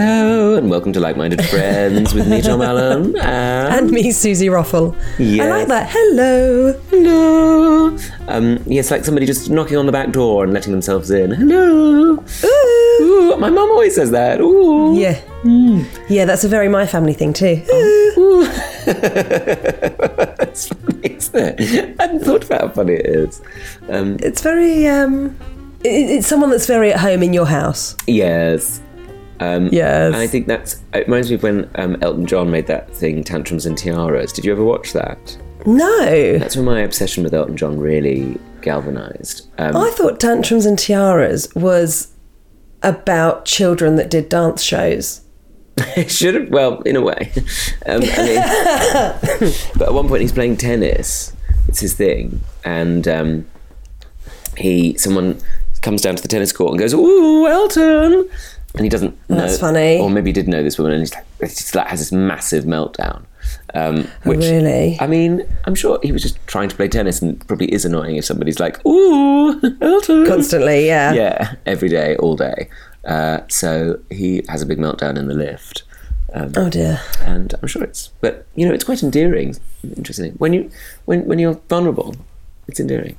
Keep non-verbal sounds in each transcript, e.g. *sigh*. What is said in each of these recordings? and welcome to Like Minded Friends with me, Tom *laughs* Allen. And, And me, Susie Roffle. Yes. I like that. Hello. hello. Um, yes, like somebody just knocking on the back door and letting themselves in. Hello. Ooh. Ooh, my mum always says that. Ooh. Yeah. Yeah, that's a very my family thing too. *laughs* That's funny, isn't it? I hadn't thought about how funny it is. Um, It's very um it, it's someone that's very at home in your house. yes. Um, Yes. And I think that's. It reminds me of when um, Elton John made that thing, Tantrums and Tiaras. Did you ever watch that? No. That's when my obsession with Elton John really galvanized. Um, I thought tantrums and tiaras was about children that did dance shows. *laughs* It should have, well, in a way. *laughs* Um, I mean- *laughs* but at one point, he's playing tennis. It's his thing, and um, he someone comes down to the tennis court and goes, "Ooh, Elton," and he doesn't. Know, That's funny. Or maybe he did know this woman, and he's like, he just like has this massive meltdown. Um, which, Oh, really? I mean, I'm sure he was just trying to play tennis, and it probably is annoying if somebody's like, "Ooh, *laughs* Elton," Constantly, Mm. yeah. yeah, every day, all day. Uh, so he has a big meltdown in the lift, um, Oh dear. and I'm sure it's. But you know, it's quite endearing. Interesting when you when when you're vulnerable, it's endearing.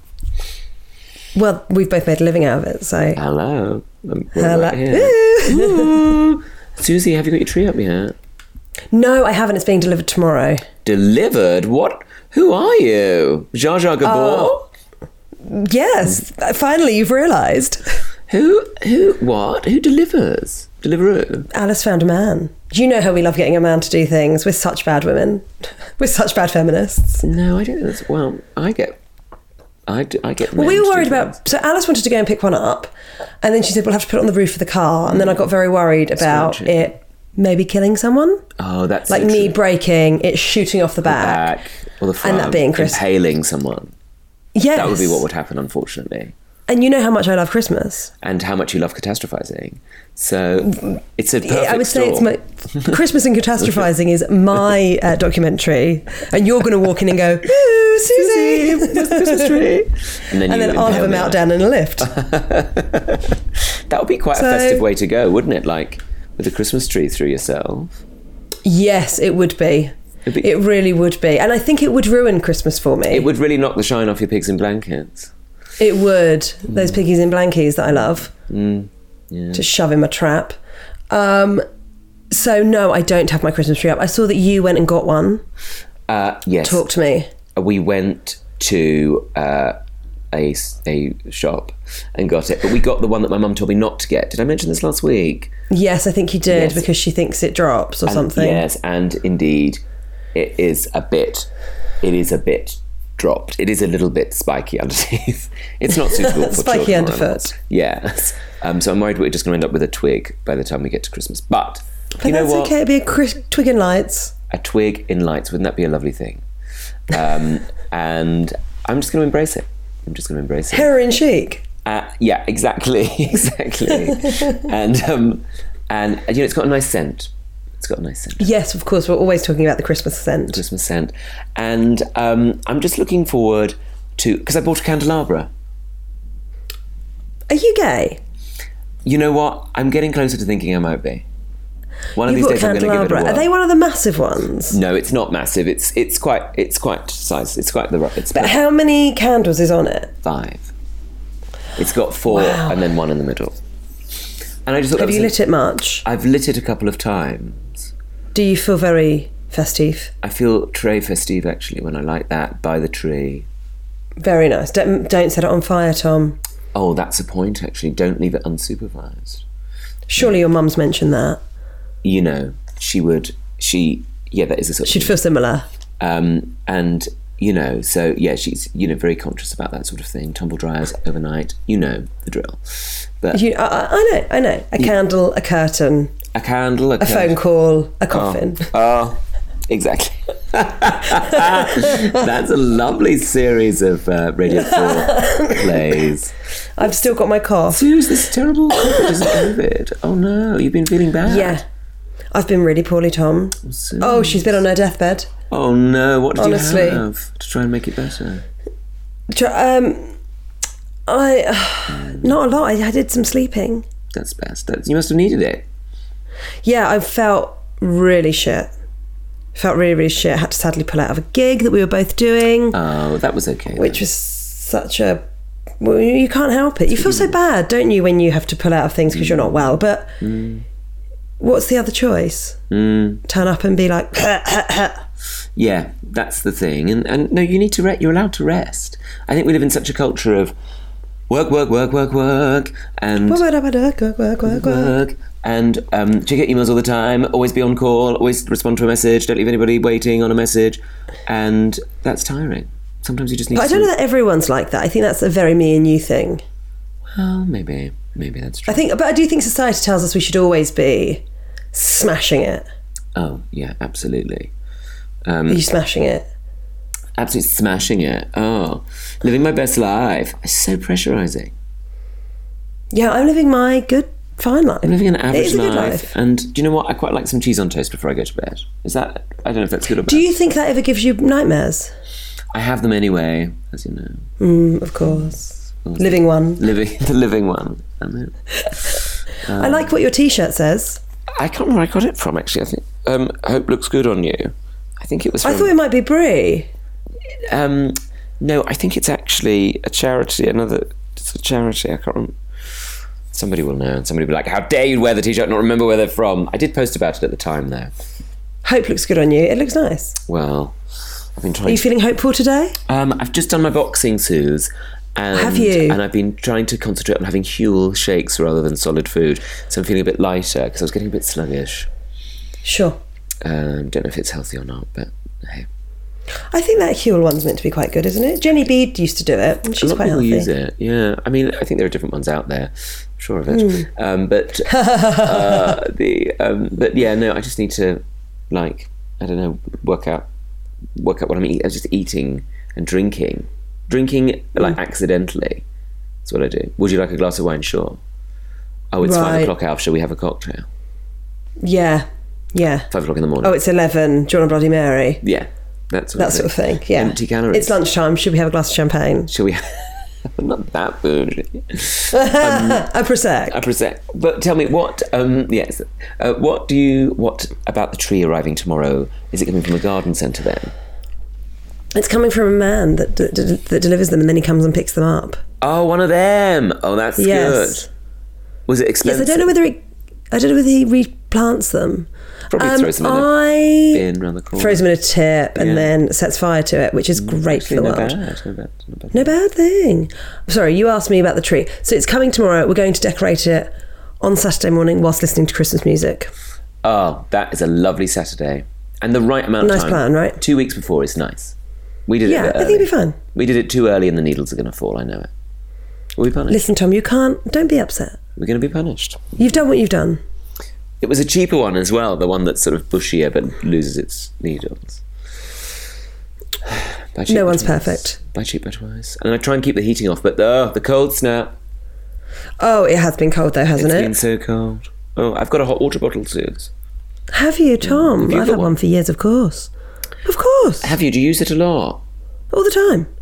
Well, we've both made a living out of it, so Hello, Um, we're Hello. right *laughs* here. Ooh. Susie, have you got your tree up yet? No, I haven't. It's being delivered tomorrow. Delivered? What? Who are you, Jar Jar Gabor? Oh. Yes, finally you've realised. Who? Who? What? Who delivers? Deliveroo? Alice found a man. Do you know how we love getting a man to do things? We're such bad women. *laughs* We're such bad feminists. No, I don't. think That's, well, I get. I, do, I get. Well, we men to were do worried things. about. So Alice wanted to go and pick one up, and then she said we'll have to put it on the roof of the car. And then I got very worried about Scratching. it maybe killing someone, Oh, that's like so me true. breaking, it shooting off the back. back or the front, that being Chris- impaling someone. Yes, That would be what would happen, unfortunately. And you know how much I love Christmas. And how much you love catastrophizing. So it's a perfect I would say it's storm. *laughs* my Christmas and catastrophizing *laughs* is my uh, documentary, and you're going to walk in and go, "Ooh, *laughs* Susie," Christmas tree. And then, *laughs* and you then I'll have a impale me. meltdown in a lift. That would be quite So- a festive way to go, wouldn't it? Like with a Christmas tree through yourself. Yes, it would be. It'd be- It really would be. And I think it would ruin Christmas for me. It would really knock the shine off your pigs in blankets. It would. Mm. Those piggies in blankies that I love to shove in my trap. Um, so, no, I don't have my Christmas tree up. I saw that you went and got one. Uh, yes. Uh, Talk to me. we went to uh, a, a shop and got it. But we got the one that my mum told me not to get. Did I mention this last week? Yes, I think you did Yes. because she thinks it drops or something. Yes, and indeed, it is a bit. It is a bit dropped. It is a little bit spiky *laughs* underneath. It's not *laughs* suitable for Spiky children or underfoot. animals. Yes. Um, so I'm worried we're just going to end up with a twig by the time we get to Christmas. But, But you know that's what? okay. It'd be a Chris- twig and lights. A twig in lights. Wouldn't that be a lovely thing? *laughs* Um, and I'm just going to embrace it. I'm just going to embrace *laughs* it. Terror in chic. Uh, yeah, exactly, *laughs* *laughs* exactly. and um, and you know, it's got a nice scent. It's got a nice scent. Yes, of course. We're always talking about the Christmas scent. Christmas scent. And um, I'm just looking forward to because I bought a candelabra. Are you gay? You know what? I'm getting closer to thinking I might be. One of You've these got days I'm going to give it a candelabra. whirl. Are they one of the massive ones? no, it's not massive. It's it's quite it's quite size. It's quite the ru- it's about How many candles is on it? five. It's got four Wow. and then one in the middle. And I just thought that Have you was lit it much? I've lit it a couple of times. Do you feel very festive? I feel très festive actually when I light that by the tree. Very nice. Don't don't set it on fire, Tom. Oh, that's a point actually. Don't leave it unsupervised. Surely your mum's mentioned that. you know, she would, she, yeah, that is a sort She'd of, feel similar. um, and you know, so yeah, she's you know very conscious about that sort of thing. Tumble dryers overnight, you know the drill. But You, I, I- I know, I know. A candle, a curtain, a candle, a, a phone call, *laughs* a coffin. Oh, exactly. *laughs* That's a lovely series of uh, *laughs* Radio Four plays. I've still got my cough. Who's this terrible? COVID? Is it COVID? Oh no, you've been feeling bad. Yeah. I've been really poorly, Tom. So- Oh, she's been on her deathbed. Oh no, what did Honestly. you have to try and make it better? Tr- Um, I *sighs* not a lot. I, I did some sleeping. That's best. That's, you must have needed it. Yeah, I felt really shit. Felt really, really shit. Had to sadly pull out of a gig that we were both doing, Oh, that was okay. which was such a. Well, you you can't help it. You feel so bad, don't you, when you have to pull out of things because you're not well. But what's the other choice? Mm. Turn up and be like, *laughs* Yeah, that's the thing. And and no, you need to rest. You're allowed to rest. I think we live in such a culture of work, work, work, work, work, and work. And um, check your emails all the time. Always be on call. Always respond to a message. Don't leave anybody waiting on a message. And that's tiring. Sometimes you just need. But I don't some- know that everyone's like that. I think that's a very me and you thing. Well, Oh, maybe, maybe that's true. I think, but I do think society tells us we should always be smashing it. oh yeah, absolutely, Are you smashing it? absolutely smashing it. Oh, living my best life. It's so pressurizing. Yeah, I'm living my good, fine life. I'm living an It average is a good life, life. and do you know what? I quite like some cheese on toast before I go to bed. Is that? I don't know if that's good or bad. Do you think that ever gives you nightmares? I have them anyway, as you know. Mm, of course. Living one. Living *laughs* the living one. I, mean, I like what your T-shirt says. I can't remember where I got it from actually. I think um, hope looks good on you. I think it was. From, I thought it might be Brie. um, no, I think it's actually a charity. Another it's a charity. I can't remember. Somebody will know, and somebody will be like, "How dare you wear the t-shirt? and Not remember where they're from." I did post about it at the time, though. Hope looks good on you. It looks nice. Well, I've been Are trying. you to feeling hopeful today? Um, I've just done my boxing sues. And, Have you? And I've been trying to concentrate on having Huel shakes rather than solid food, so I'm feeling a bit lighter because I was getting a bit sluggish. Sure. Um, don't know if it's healthy or not, but hey, I think that Huel one's meant to be quite good, isn't it? Jenny Bede used to do it, and a lot she's of quite people healthy. use it. Yeah, I mean, I think there are different ones out there. I'm sure of it. Hmm. Um, *laughs* but uh, the um, but yeah, no, I just need to like I don't know work out work out what I'm eating. I'm just eating and drinking, drinking Hmm. like accidentally. That's what I do. Would you like a glass of wine? Sure. Oh, it's five Right. o'clock. Alf, shall we have a cocktail? Yeah, yeah. Five o'clock in the morning. Oh, it's eleven. Do you want a Bloody Mary? yeah, that's what That sort of thing. Yeah. Empty calories. It's lunchtime. Should we have a glass of champagne? Shall we? *laughs* Not that bougie. a prosec. a prosec. But tell me what? Um, yes, uh, what do you? What about the tree arriving tomorrow? Is it coming from a garden centre then? It's coming from a man that d- d- that delivers them, and then he comes and picks them up. Oh, one of them. Oh, that's Yes. good. Was it Yes, I expensive? don't know whether he, I don't know whether he replants them. Probably Um, throw some in a I bin round the corner. throws them in a tip and Yeah. then sets fire to it, which is great for Actually, the no world. bad, no bad, no bad. No bad thing. Sorry, you asked me about the tree. So it's coming tomorrow. We're going to decorate it on Saturday morning whilst listening to Christmas music. Oh, that is a lovely Saturday, and the right amount. Nice of time. plan, right? Two weeks before is nice. We did it. a Yeah, bit I think early. it'll be fun. We did it too early, and the needles are going to fall. I know it. Will we punished? Listen, Tom, you can't. Don't be upset. We're going to be punished. You've done what you've done. It was a cheaper one as well, the one that's sort of bushier but loses its needles. *sighs* By cheap No but wise. one's perfect. By cheap but wise. And I try and keep the heating off, but oh, the cold snap. Oh, it has been cold though, hasn't It's it? been so cold. Oh, I've got a hot water bottle, Suze. Have you, Tom? you I've got had one one? for years, of course. Of course. Have you? Do you use it a lot? All the time.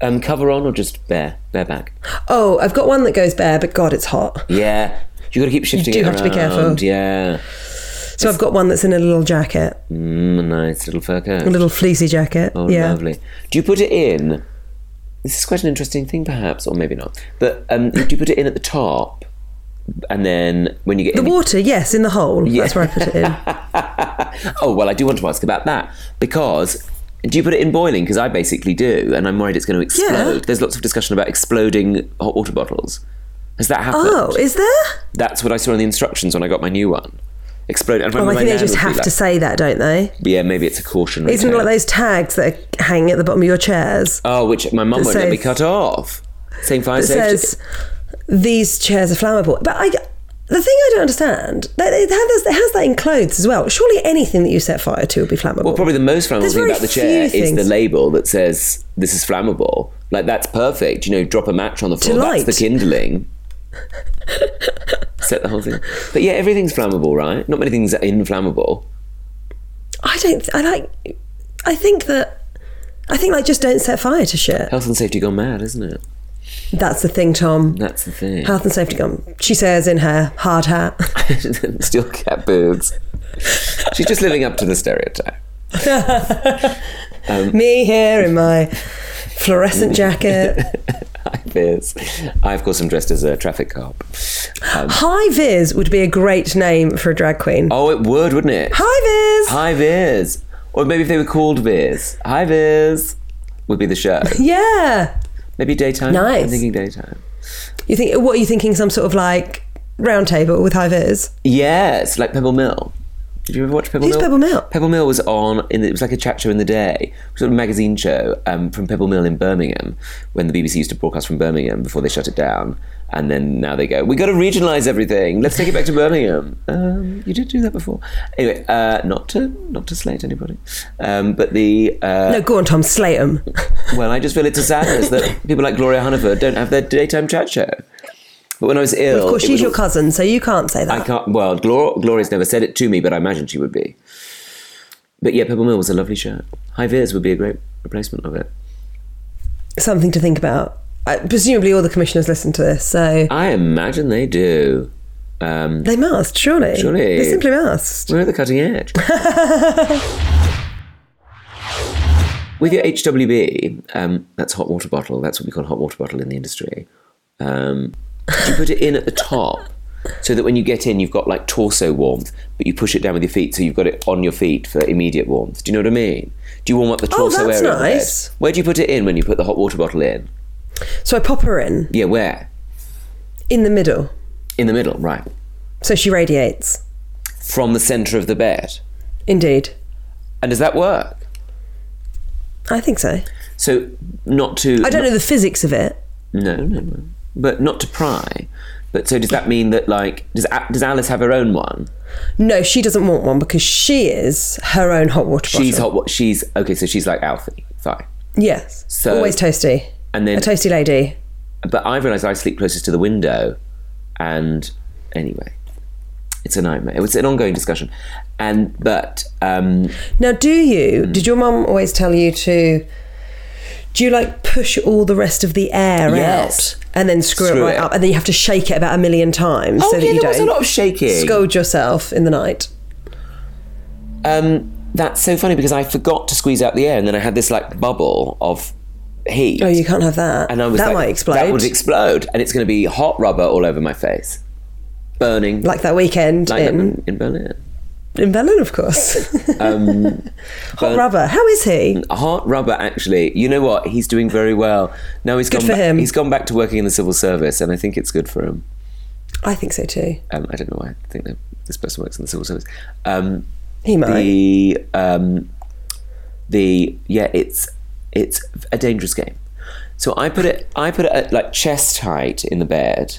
Um, cover on or just bare? Bare back? Oh, I've got one that goes bare, but God, it's hot. Yeah. you got to keep shifting do it have to be careful. around, Yeah. So I've got one that's in a little jacket, Mm, a nice little fur coat. a little fleecy jacket. Oh, yeah. lovely. Do you put it in? This is quite an interesting thing, perhaps, or maybe not. But um, do you put it in at the top, and then when you get The in, water, yes, in the hole. That's where I put it *laughs* in. oh well, I do want to ask about that because do you put it in boiling? Because I basically do, and I'm worried it's going to explode. Yeah. There's lots of discussion about exploding hot water bottles. Has that happened? Oh, is there? That's what I saw in the instructions when I got my new one. Explode. And Oh, my I think they nan just would be have like, to say that, don't they? Yeah, maybe it's a cautionary. Isn't it tale. like those tags that hang at the bottom of your chairs Oh, which my mum that won't let me says- cut off. Saying fire that safety. says these chairs are flammable? But I, the thing I don't understand, that it has, it has that in clothes as well. Surely anything that you set fire to will be flammable. Well, probably the most flammable There's thing very about the chair few is the things. label that says this is flammable. Like that's perfect. You know, drop a match on the floor. light. That's the *laughs* kindling. Set the whole thing. But yeah, everything's flammable, right? Not many things are inflammable. I don't. th- I like. I think that. I think like just don't set fire to shit. Health and safety gone mad, isn't it? That's the thing, Tom. That's the thing. Health and safety gum. She says in her hard hat. *laughs* Still cat boobs. *laughs* She's just living up to the stereotype. *laughs* Me here in my fluorescent jacket. Hi, Viz. I, of course, am dressed as a traffic cop. *laughs* Um, Hi Viz would be a great name for a drag queen. oh, it would, wouldn't it? Hi Viz. Hi, Viz. Or maybe if they were called Viz. Hi, Viz. Would be the show. Yeah. Maybe daytime. Nice. I'm thinking daytime. You think? What are you thinking? Some sort of like round table with Hi Viz. Yes, like Pebble Mill. Did you ever watch Pebble Who's Mill? Pebble Mill? Pebble Mill was on. In the, it was like a chat show in the day, sort of magazine show um, from Pebble Mill in Birmingham, when the BBC used to broadcast from Birmingham before they shut it down. And then now they go, we got to regionalise everything. Let's take it back to Birmingham. Um, you did do that before, anyway. Uh, not to not to slate anybody, um, but the uh, No, go on, Tom. Slay 'em. *laughs* well, I just feel it's a sadness *laughs* that people like Gloria Hunniford don't have their daytime chat show. But when I was ill, Of course, it she's was your all- cousin, so you can't say I that. can't. Well, Glor- Gloria's never said it to me, but I imagine she would be. But yeah, Pebble Mill was a lovely show. High Veers would be a great replacement of it. Something to think about. I, presumably, all the commissioners listen to this, so I imagine they do. Um, they must surely. Surely. they simply must. we're at the cutting *laughs* edge. With your HWB, um, that's hot water bottle. That's what we call hot water bottle in the industry. Um, you put it in at the top so that when you get in, you've got like torso warmth, but you push it down with your feet, so you've got it on your feet for immediate warmth. Do you know what I mean? Do you warm up the Oh, torso that's area? of the bed? nice. Where do you put it in when you put the hot water bottle in? So I pop her in Yeah, where? in the middle, In the middle, right? so she radiates. From the centre of the bed. Indeed, And does that work? I think so. So not to. I don't know the physics of it. No, no, no. But not to pry. But so does that mean that like does A- does Alice have her own one? No, she doesn't want one because she is her own hot water bottle. She's hot. What she's okay. So she's like Alfie. Fine. Yes. So- Always toasty. And A then, toasty lady. but I've realised I sleep closest to the window, and anyway, it's a nightmare. It was an ongoing discussion, and but um, Now, do you, Hmm. did your mum always tell you to, do you like push all the rest of the air Yes. out and then screw, Screw it right it. up and then you have to shake it about a million times so oh that yeah, you there was a don't lot of shaking. scold yourself in the night? Um, that's so funny because I forgot to squeeze out the air, and then I had this like bubble of heat. Oh, you can't have that. And I was that like, might explode. That would explode, and it's going to be hot rubber all over my face, burning like that weekend like in, in Berlin. in Berlin, *laughs* of course. Um, *laughs* Hot rubber. How is he? Hot rubber, actually. You know what? He's doing very well. Now he's Good gone. for ba- him. He's gone back to working in the civil service, and I think it's good for him. I think so too. Um, I don't know why. I think that this person works in the civil service. Um, He might. the um, the yeah, it's it's a dangerous game. So I put it I put it at like chest height in the bed,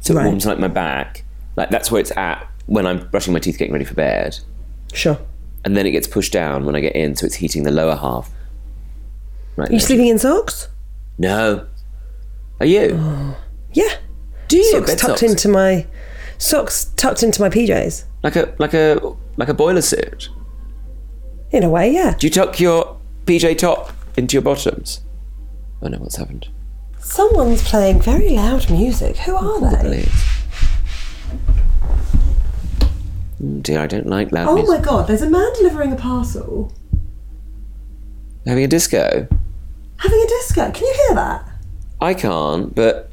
so Right. it warms like my back. Like that's where it's at when I'm brushing my teeth, getting ready for bed, Sure. and then it gets pushed down when I get in, so it's heating the lower half. Right. You there. sleeping in socks? No. Are you? *sighs* Yeah. Do you Socks bed tucked socks? into my socks tucked into my PJs. like a like a like a boiler suit? In a way, yeah. Do you tuck your PJ top into your bottoms? Oh no, what's happened? Someone's playing very loud music. Who are they? Please. Mm, Dear, I don't like loud Oh music. my god, there's a man delivering a parcel. Having a disco? Having a disco. Can you hear that? I can't, but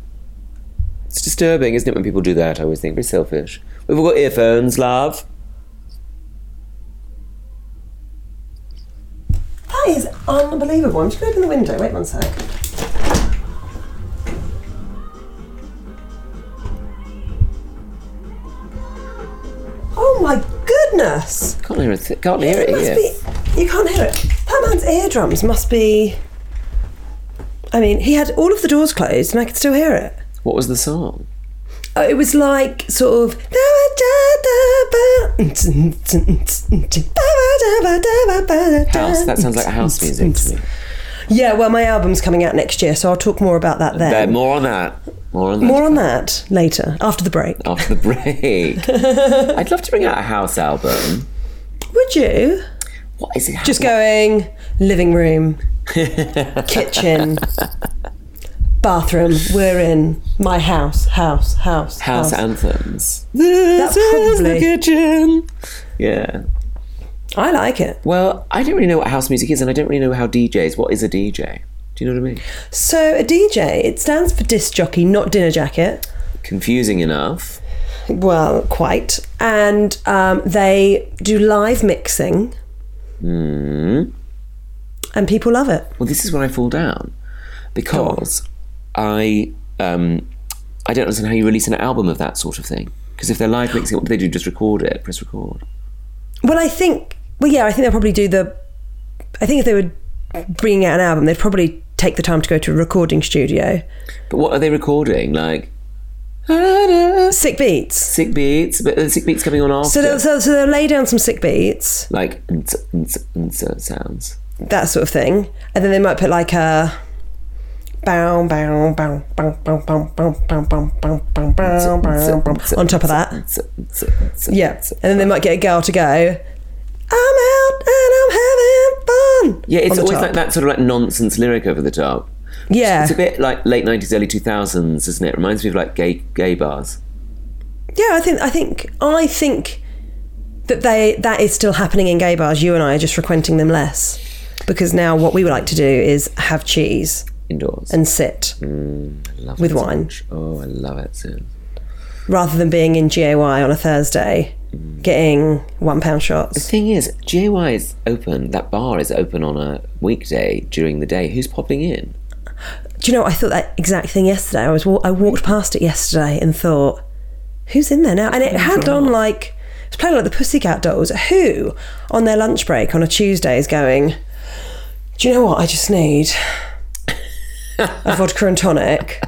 it's disturbing, isn't it, when people do that? I always think very selfish. We've all got earphones, love. That is unbelievable. I'm just gonna open the window. Wait one sec. Oh my goodness! Can't hear a th- can't hear it It here. must be. You can't hear it. That man's eardrums must be. I mean, he had all of the doors closed, and I could still hear it. What was the song? Uh, It was like sort of. House. House. That sounds like house music to me. Yeah, well, my album's coming out next year, so I'll talk more about that There, then. more on that. More on that. More on that later, after the break. after the break. I'd love to bring out a house album. *laughs* Would you? What is it? *laughs* Just going living room, kitchen, bathroom. We're in my house, house, house, House house. anthems. This is the probably- kitchen. Yeah. I like it. Well, I don't really know what house music is, and I don't really know how DJs. What is a DJ? Do you know what I mean? So a DJ, it stands for disc jockey, not dinner jacket. Confusing enough. Well, quite. And um, they do live mixing, Mm. and people love it. Well, this is when I fall down because I um, I don't understand how you release an album of that sort of thing. Because if they're live mixing, what do they do? Just record it, press record. Well, I think. Well, yeah, I think they'll probably do the. I think if they were bringing out an album, they'd probably take the time to go to a recording studio. But what are they recording? Like Sick beats. sick beats, but the sick beats coming on after. So they'll, so, so they'll lay down some sick beats, like nts, nts, nts uh, sounds. that sort of thing, and then they might put like a. Bow, bow, bow, bow, bow, bow, bow, bow, bow, bow, bow, bow, bow, bow, on top of that. Nts, nts, nts, Yeah. nts. And then they might get a girl to go, I'm out and I'm having fun. Yeah, it's on the always top. like that sort of like nonsense lyric over the top. Yeah. It's a bit like late nineties, early two thousands, isn't it? Reminds me of like gay gay bars. Yeah, I think I think I think that they that is still happening in gay bars. You and I are just frequenting them less because now what we would like to do is have cheese Indoors. Mm, and sit Love with it so wine. much. Oh, I love it. So rather than being in GAY on a Thursday getting one pound shots. thing is, GAY is open. That bar is open on a weekday during the day. Who's popping in? Do you know? I thought that exact thing yesterday. I was wa- I walked past it yesterday and thought, who's in there now? And it had on like it's playing like the Pussycat Dolls. Who on their lunch break on a Tuesday is going? Do you know what? I just need a vodka and tonic.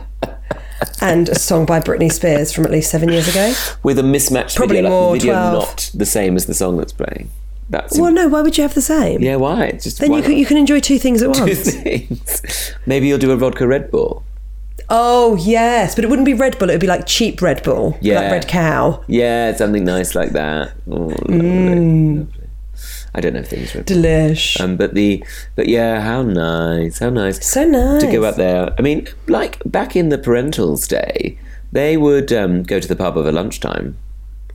And a song by Britney Spears from at least seven years ago. With a mismatched Probably video, more, like the video 12. not the same as the song that's playing. That's Well, no, why would you have the same? yeah. Why? It's just then why you can, not? you can enjoy two things at two once. things. *laughs* Maybe you'll do a vodka Red Bull. Oh, yes. But it wouldn't be Red Bull, it would be like cheap Red Bull. Yeah. Like Red Cow. Yeah, something nice like that. Oh, lovely, Mm. lovely. I don't know if things were. Delish. Um, but the but yeah, how nice, how nice. So nice. to go out there. I mean, like back in the parentals day, they would um, go to the pub over lunchtime.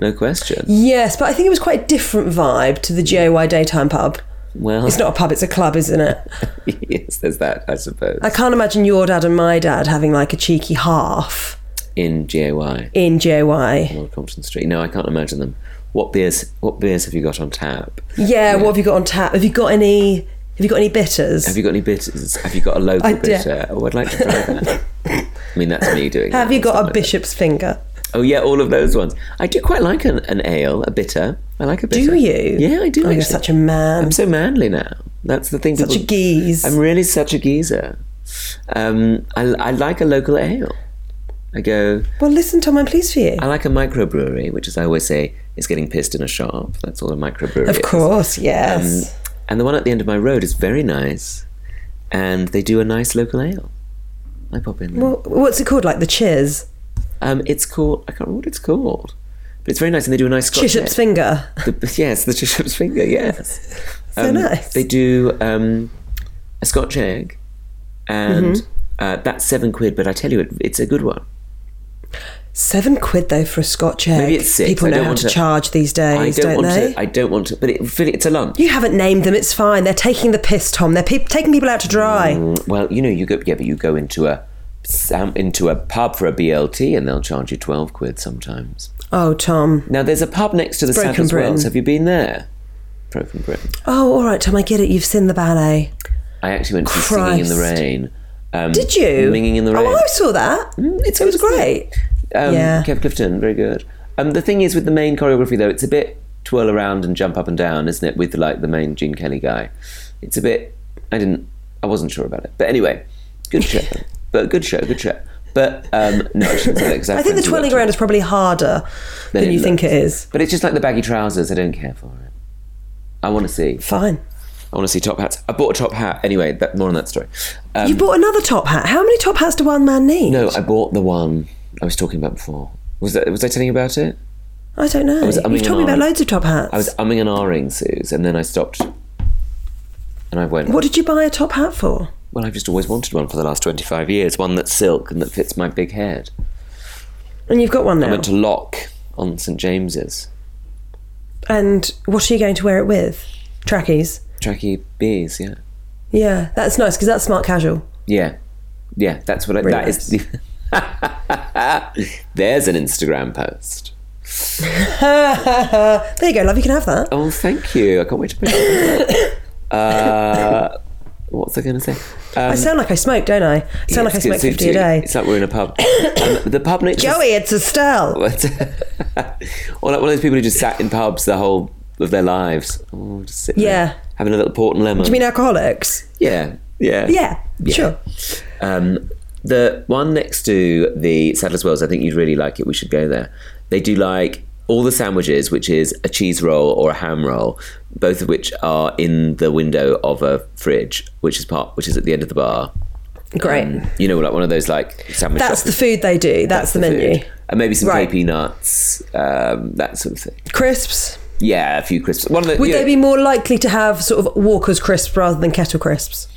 No question. Yes, but I think it was quite a different vibe to the GAY daytime pub. Well, It's not a pub, it's a club, isn't it? *laughs* yes, there's that, I suppose. I can't imagine your dad and my dad having like a cheeky half In GAY, in GAY. Old Compton Street. No, I can't imagine them. What beers? What beers have you got on tap? Yeah, what have you got on tap? Have you got any have you got any bitters? Have you got any bitters? Have you got a local I do. bitter? Oh, I'd like to try that. I mean, that's me doing. Have that you and got stuff a like that. bishop's finger? Oh yeah, all of those ones. I do quite like an, an ale, a bitter. I like a bitter. Do you? Yeah, I do. Oh, you're actually. such a man. I'm so manly now. That's the thing. such a people- geese. I'm really such a geezer. Um, I, I like a local ale. I go. well, listen, Tom, I'm pleased for you. I like a microbrewery, which, as I always say, is getting pissed in a shop. That's all a microbrewery. Of is. course, Um, yes. and the one at the end of my road is very nice, and they do a nice local ale. I pop in. There. well, what's it called? Like the cheers? um, it's called. I can't remember what it's called, but it's very nice, and they do a nice Scotch. ale. Bishop's finger. *laughs* The, *laughs* yes, the bishop's finger. Yes, Um, So nice. They do um, a Scotch egg, and Mm-hmm. uh, that's seven quid. But I tell you, it, it's a good one. Seven quid though for a Scotch egg. Maybe it's six. People I know don't how want to, to- charge these I days, don't, don't, want they? to. I don't want to. But it, it's a lump. You haven't named them. It's fine. They're taking the piss, Tom. They're pe- taking people out to dry. Mm, Well, you know, you go yeah, but you go into a sam- into a pub for a BLT, and they'll charge you twelve quid sometimes. Oh, Tom. Now, there's a pub next to the Broken Sadler's Britain. Wells. Have you been there? Broken Britain. Oh, all right, Tom. I get it. You've seen the ballet. I actually went to see Singing in the Christ. Rain. Um, Did you? Singing in the Rain. Mm, Oh, I saw that. it's it was good, isn't great. Um, Yeah. Kev Clifton, very good. Um, the thing is with the main choreography though, it's a bit twirl around and jump up and down, isn't it? With like the main Gene Kelly guy, it's a bit. I didn't. I wasn't sure about it, but anyway, good *laughs* show. but good show, good show. But um, no, I shouldn't say that. 'cause I think the friends who twirling worked around is probably harder Then than it you think it is. it. But it's just like the baggy trousers. I don't care for it. I want to see. Fine. I want to see top hats. I bought a top hat anyway. That, more on that story. Um, You bought another top hat. How many top hats do one man need? no, I bought the one I was talking about before. Was that, was I telling you about it? I don't know. was umming You've and told me about ahhing. loads of top hats. I was umming and ahhing, Suze, and then I stopped, and I went. What did you buy a top hat for? well, I've just always wanted one for the last 25 years, one that's silk and that fits my big head. And you've got one I now. went to Lock on St James's. and what are you going to wear it with? Trackies. Tracky B's, yeah. Yeah, that's nice because that's smart casual. *laughs* Yeah. Yeah, that's what I, that is. the- *laughs* There's an Instagram post. There you go, love. You can have that. Oh, thank you. I can't wait to put it *laughs* on. uh, what's I going to say? Um, I sound like I smoke, don't I? I sound like I it's- smoke it's- it's- fifty a day. It's like we're in a pub. um, the pub next *laughs* Joey, it's Estelle. But or like one of those people who just sat in pubs the whole of their lives. Oh, just sitting Yeah. there, having a little port and lemon. Do you mean alcoholics? yeah, yeah, Yeah, sure. Um, the one next to the Sadler's Wells, I think you'd really like it. We should go there. They do like all the sandwiches, which is a cheese roll or a ham roll, both of which are in the window of a fridge, which is part, which is at the end of the bar. Great. Um, you know, like one of those like sandwich. that's shops. the food they do. That's, the, menu. food. and maybe some Right. KP nuts, um, that sort of thing. Crisps. Yeah, a few crisps. One of the, Would you know, they be more likely to have sort of Walker's crisps rather than kettle crisps?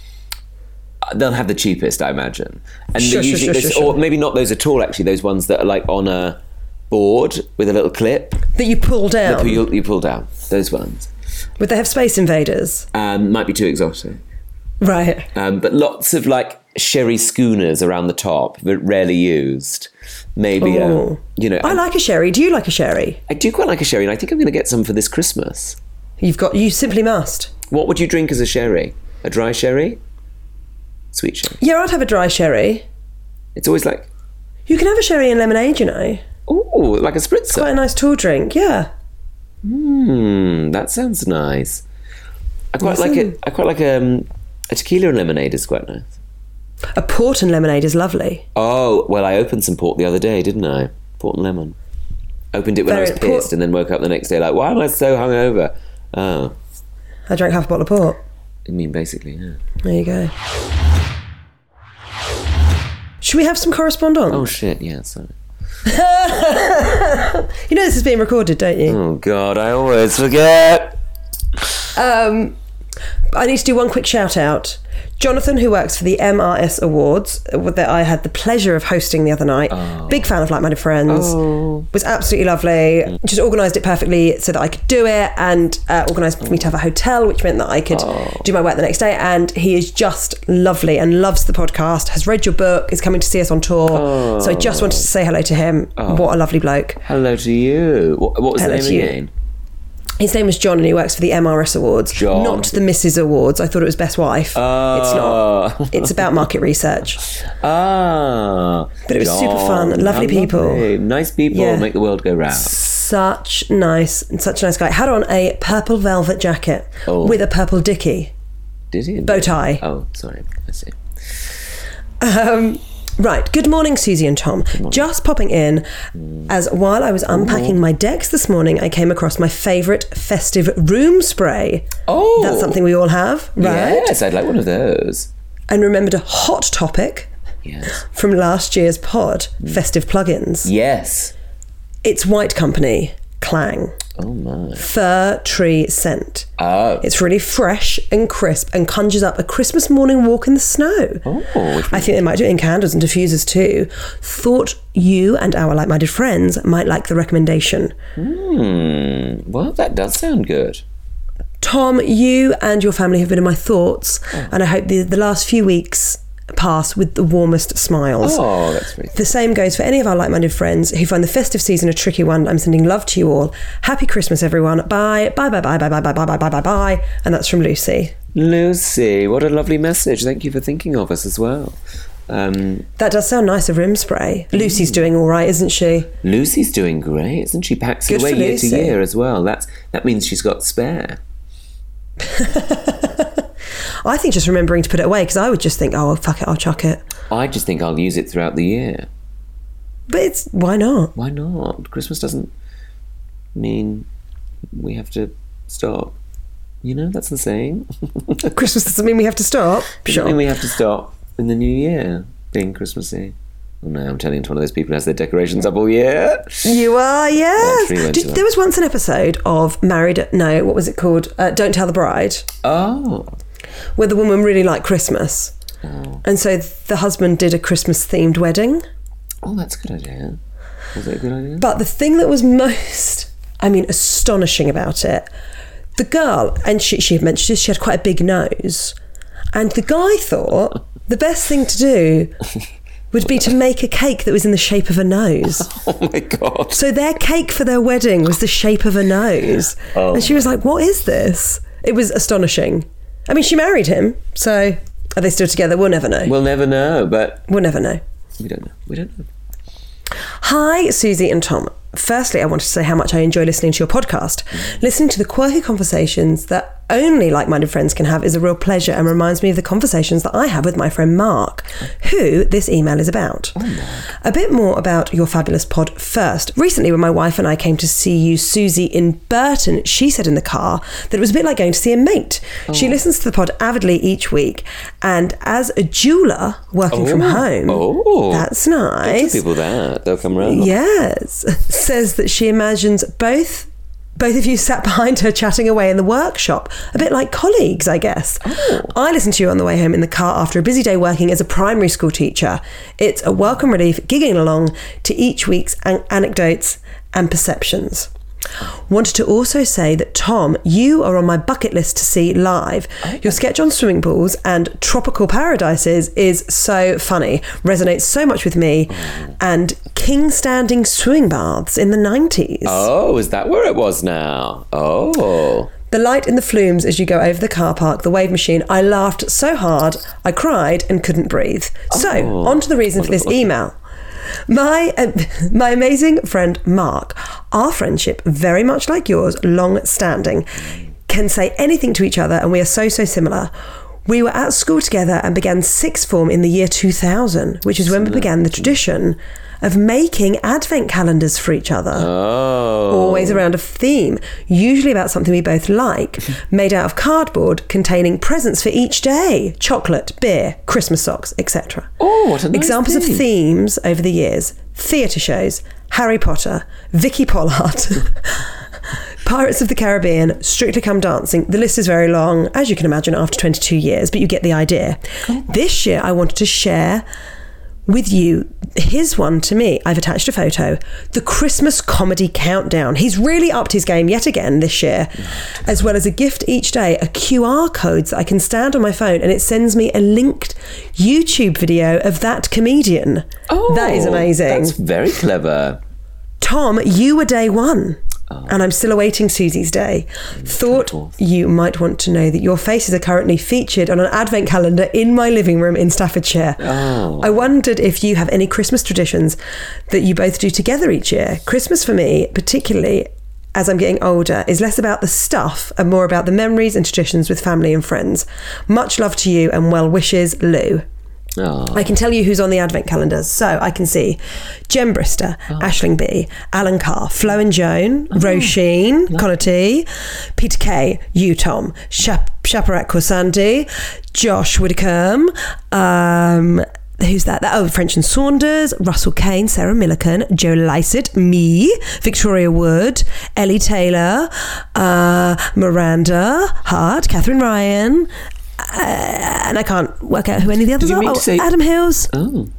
they'll have the cheapest, I imagine. And they Sure, sure, usually, sure, there's- sure, sure. or maybe not those at all. Actually, those ones that are like on a board with a little clip That you pull down? that you, you pull down. Those ones Would they have space invaders? um, might be too exotic, Right. um, but lots of like sherry schooners around the top, but rarely used. Maybe uh, Ooh. you know, Oh. I like a sherry. Do you like a sherry? I do quite like a sherry, and I think I'm going to get some for this Christmas. You've got. You simply must. What would you drink as a sherry? A dry sherry, sweet sherry. Yeah, I'd have a dry sherry. It's always like You can have a sherry and lemonade. You know, oh, like a spritzer. quite a nice tall drink. Yeah. Hmm, that sounds nice. I quite like it. I quite like um, a tequila and lemonade is quite nice. A port and lemonade is lovely. Oh well, I opened some port the other day, didn't I? Port and lemon. Opened it when I Very- was port- pissed, and then woke up the next day like, why am I so hungover? Oh, I drank half a bottle of port. I mean, basically, yeah. There you go. Should we have some correspondence? Oh shit, yeah. Sorry. You know this is being recorded, don't you? Oh god, I always forget. Um, I need to do one quick shout out. Jonathan, who works for the MRS Awards, uh, that I had the pleasure of hosting the other night, Oh. big fan of Like Minded Friends, was absolutely lovely. Just organised it perfectly so that I could do it and uh, organised for me to have a hotel, which meant that I could Oh. do my work the next day. And he is just lovely and loves the podcast, has read your book, is coming to see us on tour. So I just wanted to say hello to him. Oh. What a lovely bloke. Hello to you. What, what was Hello the to name you. again? His name was John, and he works for the MRS Awards, John. not the Mrs. Awards. I thought it was Best Wife. It's Oh. *laughs* not. It's about market research. Ah, But it was super fun. Lovely how people. lovely. nice people, Yeah. make the world go round. Such nice, such a nice guy. Had on a purple velvet jacket Oh. with a purple dicky. Did he? Bow tie. Oh, sorry. I see. Um, right. Good morning, Susie and Tom. Just popping in, as while I was unpacking my decks this morning, I came across my favourite festive room spray. Oh, That's something we all have, right? Yes, I'd like one of those. And remembered a hot topic Yes. from last year's pod, festive plugins. Yes. It's White Company, Clang, Oh my. Fir Tree Scent. Oh. It's really fresh and crisp and conjures up a Christmas morning walk in the snow. Oh. I think they might do it in candles and diffusers too. Thought you and our like minded friends might like the recommendation. Hmm. Well, that does sound good. Tom, you and your family have been in my thoughts, and I hope the, the last few weeks pass with the warmest smiles. Oh, that's very. The same goes for any of our like minded friends who find the festive season a tricky one. I'm sending love to you all. Happy Christmas, everyone. Bye, bye, bye, bye, bye, bye, bye, bye, bye, bye, bye, bye. And that's from Lucy. Lucy, what a lovely message. Thank you for thinking of us as well. Um, That does sound nice of rim spray. Lucy's doing all right, isn't she? Lucy's doing great, isn't she? Packs it Good away for year Lucy. to year as well. That's that means she's got spare. I think just remembering to put it away because I would just think, oh, well, fuck it, I'll chuck it. I just think I'll use it throughout the year. But it's why not? Why not? Christmas doesn't mean we have to stop. You know, that's the saying. *laughs* Christmas doesn't mean we have to stop. Doesn't mean Sure. we have to stop in the new year being Christmassy. Oh no, I'm turning into one of those people who has their decorations up all year. You are, yes. Actually went Did, to that. there was once an episode of Married, at- no, what was it called? Uh, Don't Tell the Bride, Oh, where the woman really liked Christmas. And so the husband did a Christmas themed wedding. Oh, that's a good idea. Was it a good *laughs* idea? But the thing that was most, I mean, astonishing about it, the girl, and she, she had mentioned this, she had quite a big nose. And the guy thought the best thing to do would be to make a cake that was in the shape of a nose. Oh my god. So their cake for their wedding was the shape of a nose. and she was like, What is this? It was astonishing. I mean, she married him, so are they still together? We'll never know. We'll never know, but we'll never know. we don't know. We don't know. Hi, Susie and Tom. Firstly, I want to say how much I enjoy listening to your podcast. Listening to the quirky conversations that only like minded friends can have is a real pleasure and reminds me of the conversations that I have with my friend Mark, who this email is about. Oh, a bit more about your fabulous pod first. Recently, when my wife and I came to see you, Susie, in Burton, she said in the car that it was a bit like going to see a mate. Oh. She listens to the pod avidly each week, and as a jeweler working from Oh. home, Oh. that's Tell nice people that. They'll come round. yes *laughs* says that she imagines both both of you sat behind her chatting away in the workshop a bit like colleagues i guess i listened to you on the way home in the car after a busy day working as a primary school teacher it's a welcome relief gigging along to each week's an- anecdotes and perceptions Wanted to also say that Tom, you are on my bucket list to see live. Your sketch on swimming pools and tropical paradises is so funny, resonates so much with me, and king standing swimming baths in the 90s. Oh, is that where it was now? Oh. The light in the flumes as you go over the car park, the wave machine. I laughed so hard, I cried and couldn't breathe. So, on to the reason for this email. My uh, *laughs* my amazing friend Mark, our friendship very much like yours, long standing, can say anything to each other and we are so so similar. We were at school together and began sixth form in the year 2000, which is when we began the tradition of making advent calendars for each other Oh. always around a theme, usually about something we *laughs* both like, made out of cardboard containing presents for each day chocolate, beer, Christmas socks, etc. Oh, what a nice Examples theme. of themes over the years theatre shows, Harry Potter, Vicky Pollard. *laughs* Pirates of the Caribbean, Strictly Come Dancing. The list is very long, as you can imagine, after 22 years, but you get the idea. This year, I wanted to share with you his one to me. I've attached a photo. The Christmas comedy countdown. He's really upped his game yet again this year, as well as a gift each day, a QR code that I can stand on my phone and it sends me a linked YouTube video of that comedian. Oh, that is amazing. That's very clever. Tom, you were day one. And I'm still awaiting Susie's day. Thought you might want to know that your faces are currently featured on an advent calendar in my living room in Staffordshire. I wondered if you have any Christmas traditions that you both do together each year. Christmas for me, particularly as I'm getting older, is less about the stuff and more about the memories and traditions with family and friends. Much love to you and well wishes, Lou. Oh. I can tell you who's on the advent calendars. So I can see Jem Brister, Ashling B, Alan Carr, Flo and Joan, Roisin, Connor T, Peter Kay, you, Tom, Shap- Shaparat Corsandi, Josh Widdicombe, um, Who's that? That oh, French and Saunders, Russell Kane, Sarah Milliken, Joe Lycett, me, Victoria Wood, Ellie Taylor, uh, Miranda Hart, Catherine Ryan, uh, and I can't work out who any of the others you are. mean Oh, to say- Adam Hills, Oh.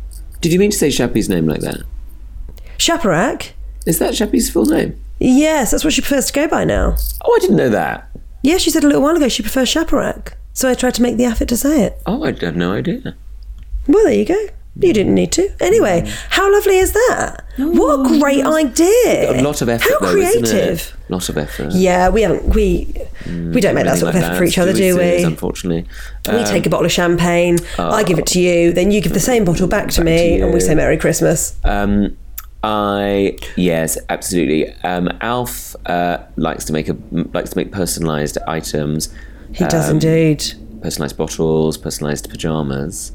Did you mean to say Shappy's name like that? Shaparak. Is that Shappy's full name? Yes, that's what she prefers to go by now. Oh, I didn't know that. Yeah, she said a little while ago she prefers Shaparak. So I tried to make the effort to say it. Oh, I had no idea. Well, there you go. You didn't need to. Mm. Anyway, how lovely is that? what Oh, a great idea. A lot of effort, How though, creative. isn't it? A lot of effort. Yeah, we haven't we we don't make that Mm, Anything sort of like effort for each other, It's do always we? serious, Unfortunately. we take a bottle of champagne, I give it to you, then you give the same bottle back to Oh. me, to and we you. say Merry Christmas. Um, I yes, absolutely. Um, Alf uh, likes to make a likes to make personalised items, He Um, does indeed. personalised bottles, personalised pajamas.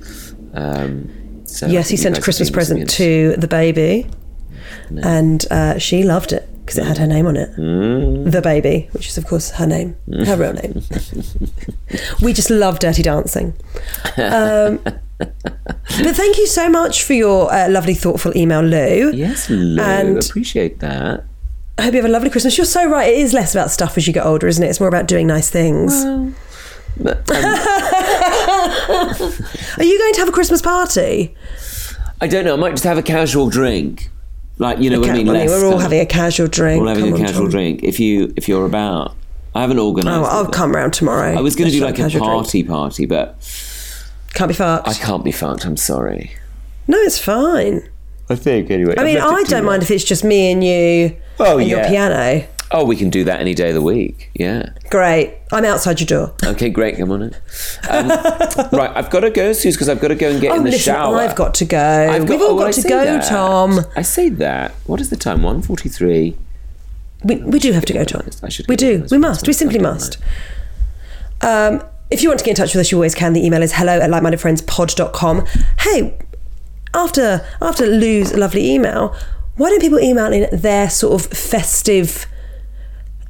Um, so I Yes, he think you sent guys a have Christmas been present recipients. to the baby, and uh, she loved it because it had her name on it. Mm. The baby, which is of course her name, her real name. *laughs* we just love Dirty Dancing. Um, but thank you so much for your uh, lovely, thoughtful email, Lou. Yes, Lou, And- appreciate that. I hope you have a lovely Christmas. You're so right. It is less about stuff as you get older, isn't it? It's more about doing nice things. But, um, Are you going to have a Christmas party? I don't know. I might just have a casual drink, like you know what I mean. I mean, less we're all kind of- having a casual drink. We're all having Come a on, casual Tom. drink. If you if you're about, I haven't organised. Oh, it, I'll but- come round tomorrow. I was going to do Let's like have a casual drink. party party, but Can't be fucked. I can't be fucked. I'm sorry. no, it's fine. I think anyway. I mean, I don't mind if it's just me and you Oh, and your yeah. piano. Oh, we can do that any day of the week. Yeah. Great. I'm outside your door. Okay, great. Come on in. *laughs* Um, right, I've got to go, Suze, because I've got to go and get oh, in the listen, shower. I've got to go. I've We've all oh, I got to say go, that. Tom. I say that. What is the time? One forty-three. We, we do have to go, Tom. I should We get do. organised We for must. myself. We I simply don't must. Um, if you want to get in touch with us, you always can. The email is hello at likemindedfriendspod.com. Hey, after after Lou's lovely email, why don't people email in their sort of festive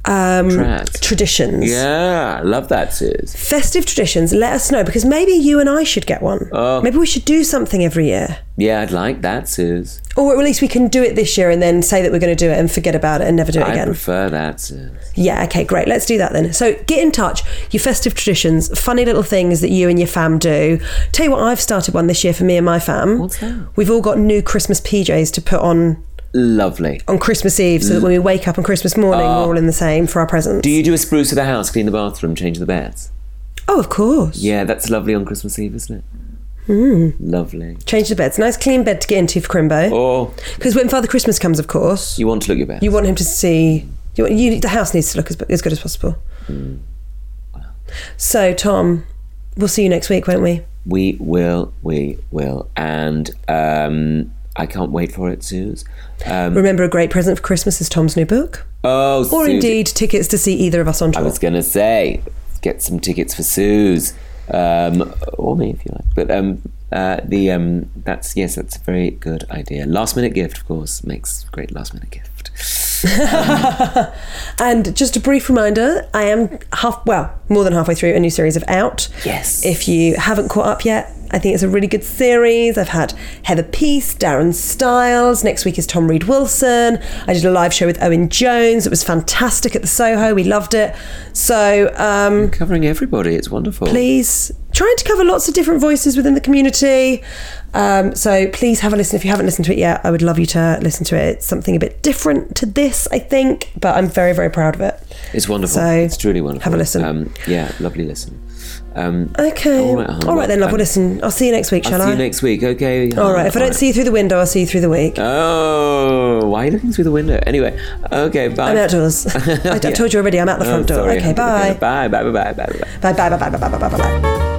um, Trads. traditions? Yeah, love that, Suze. Festive traditions, let us know because maybe you and I should get one. Oh. Maybe we should do something every year. Yeah, I'd like that, Suze. Or at least we can do it this year and then say that we're going to do it and forget about it and never do it I again. prefer that, Suze. Yeah, okay, great. Let's do that then. So get in touch, your festive traditions, funny little things that you and your fam do. Tell you what, I've started one this year for me and my fam. What's that? We've all got new Christmas PJs to put on Lovely. on Christmas Eve so that when we wake up on Christmas morning, we're all in the same for our presents. Mm. Oh. Do you do a spruce of the house, clean the bathroom, change the beds? oh, of course. Yeah, that's lovely on Christmas Eve, isn't it? Hmm. Lovely. Change the beds. Nice clean bed to get into for Crimbo. Oh, Because when Father Christmas comes, of course, you want to look your best. you want him to see. You, want, you, the house needs to look as, as good as possible. Mm. So, Tom, we'll see you next week, won't we? We will, we will. And um, I can't wait for it, Suze. Um, Remember, a great present for Christmas is Tom's new book. oh, Or Suze, indeed tickets to see either of us on I tour. was going to say, get some tickets for Suze. Um, or me, if you like. But um, uh, the um, that's, yes, that's a very good idea. Last minute gift, of course, makes great last minute gift. *laughs* And just a brief reminder, I am half well, more than halfway through a new series of Out. Yes. If you haven't caught up yet, I think it's a really good series. I've had Heather Peace, Darren Styles. Next week is Tom Reed Wilson. I did a live show with Owen Jones. It was fantastic at the Soho. We loved it. So um, Covering everybody, it's wonderful. please, trying to cover lots of different voices within the community. Um, so please have a listen. If you haven't listened to it yet, I would love you to listen to it. It's something a bit different to this, I think, but I'm very, very proud of it. It's wonderful. So, it's truly wonderful. have a listen. Um, yeah, lovely listen. Um, Okay. All right, hon. All right then, love. Well, Um, listen, I'll see you next week, I'll shall see I? you next week. Okay. All hon. right. If I don't see you through the window, I'll see you through the week. Oh, why are you looking through the window? Anyway, okay, bye. *laughs* I'm outdoors. I, I Yeah. told you already, I'm out the Oh, front door. *laughs* sorry, I Okay, had to look in. bye. Bye, bye, bye, bye, bye, bye. Bye, bye, bye, bye, bye, bye, bye, bye.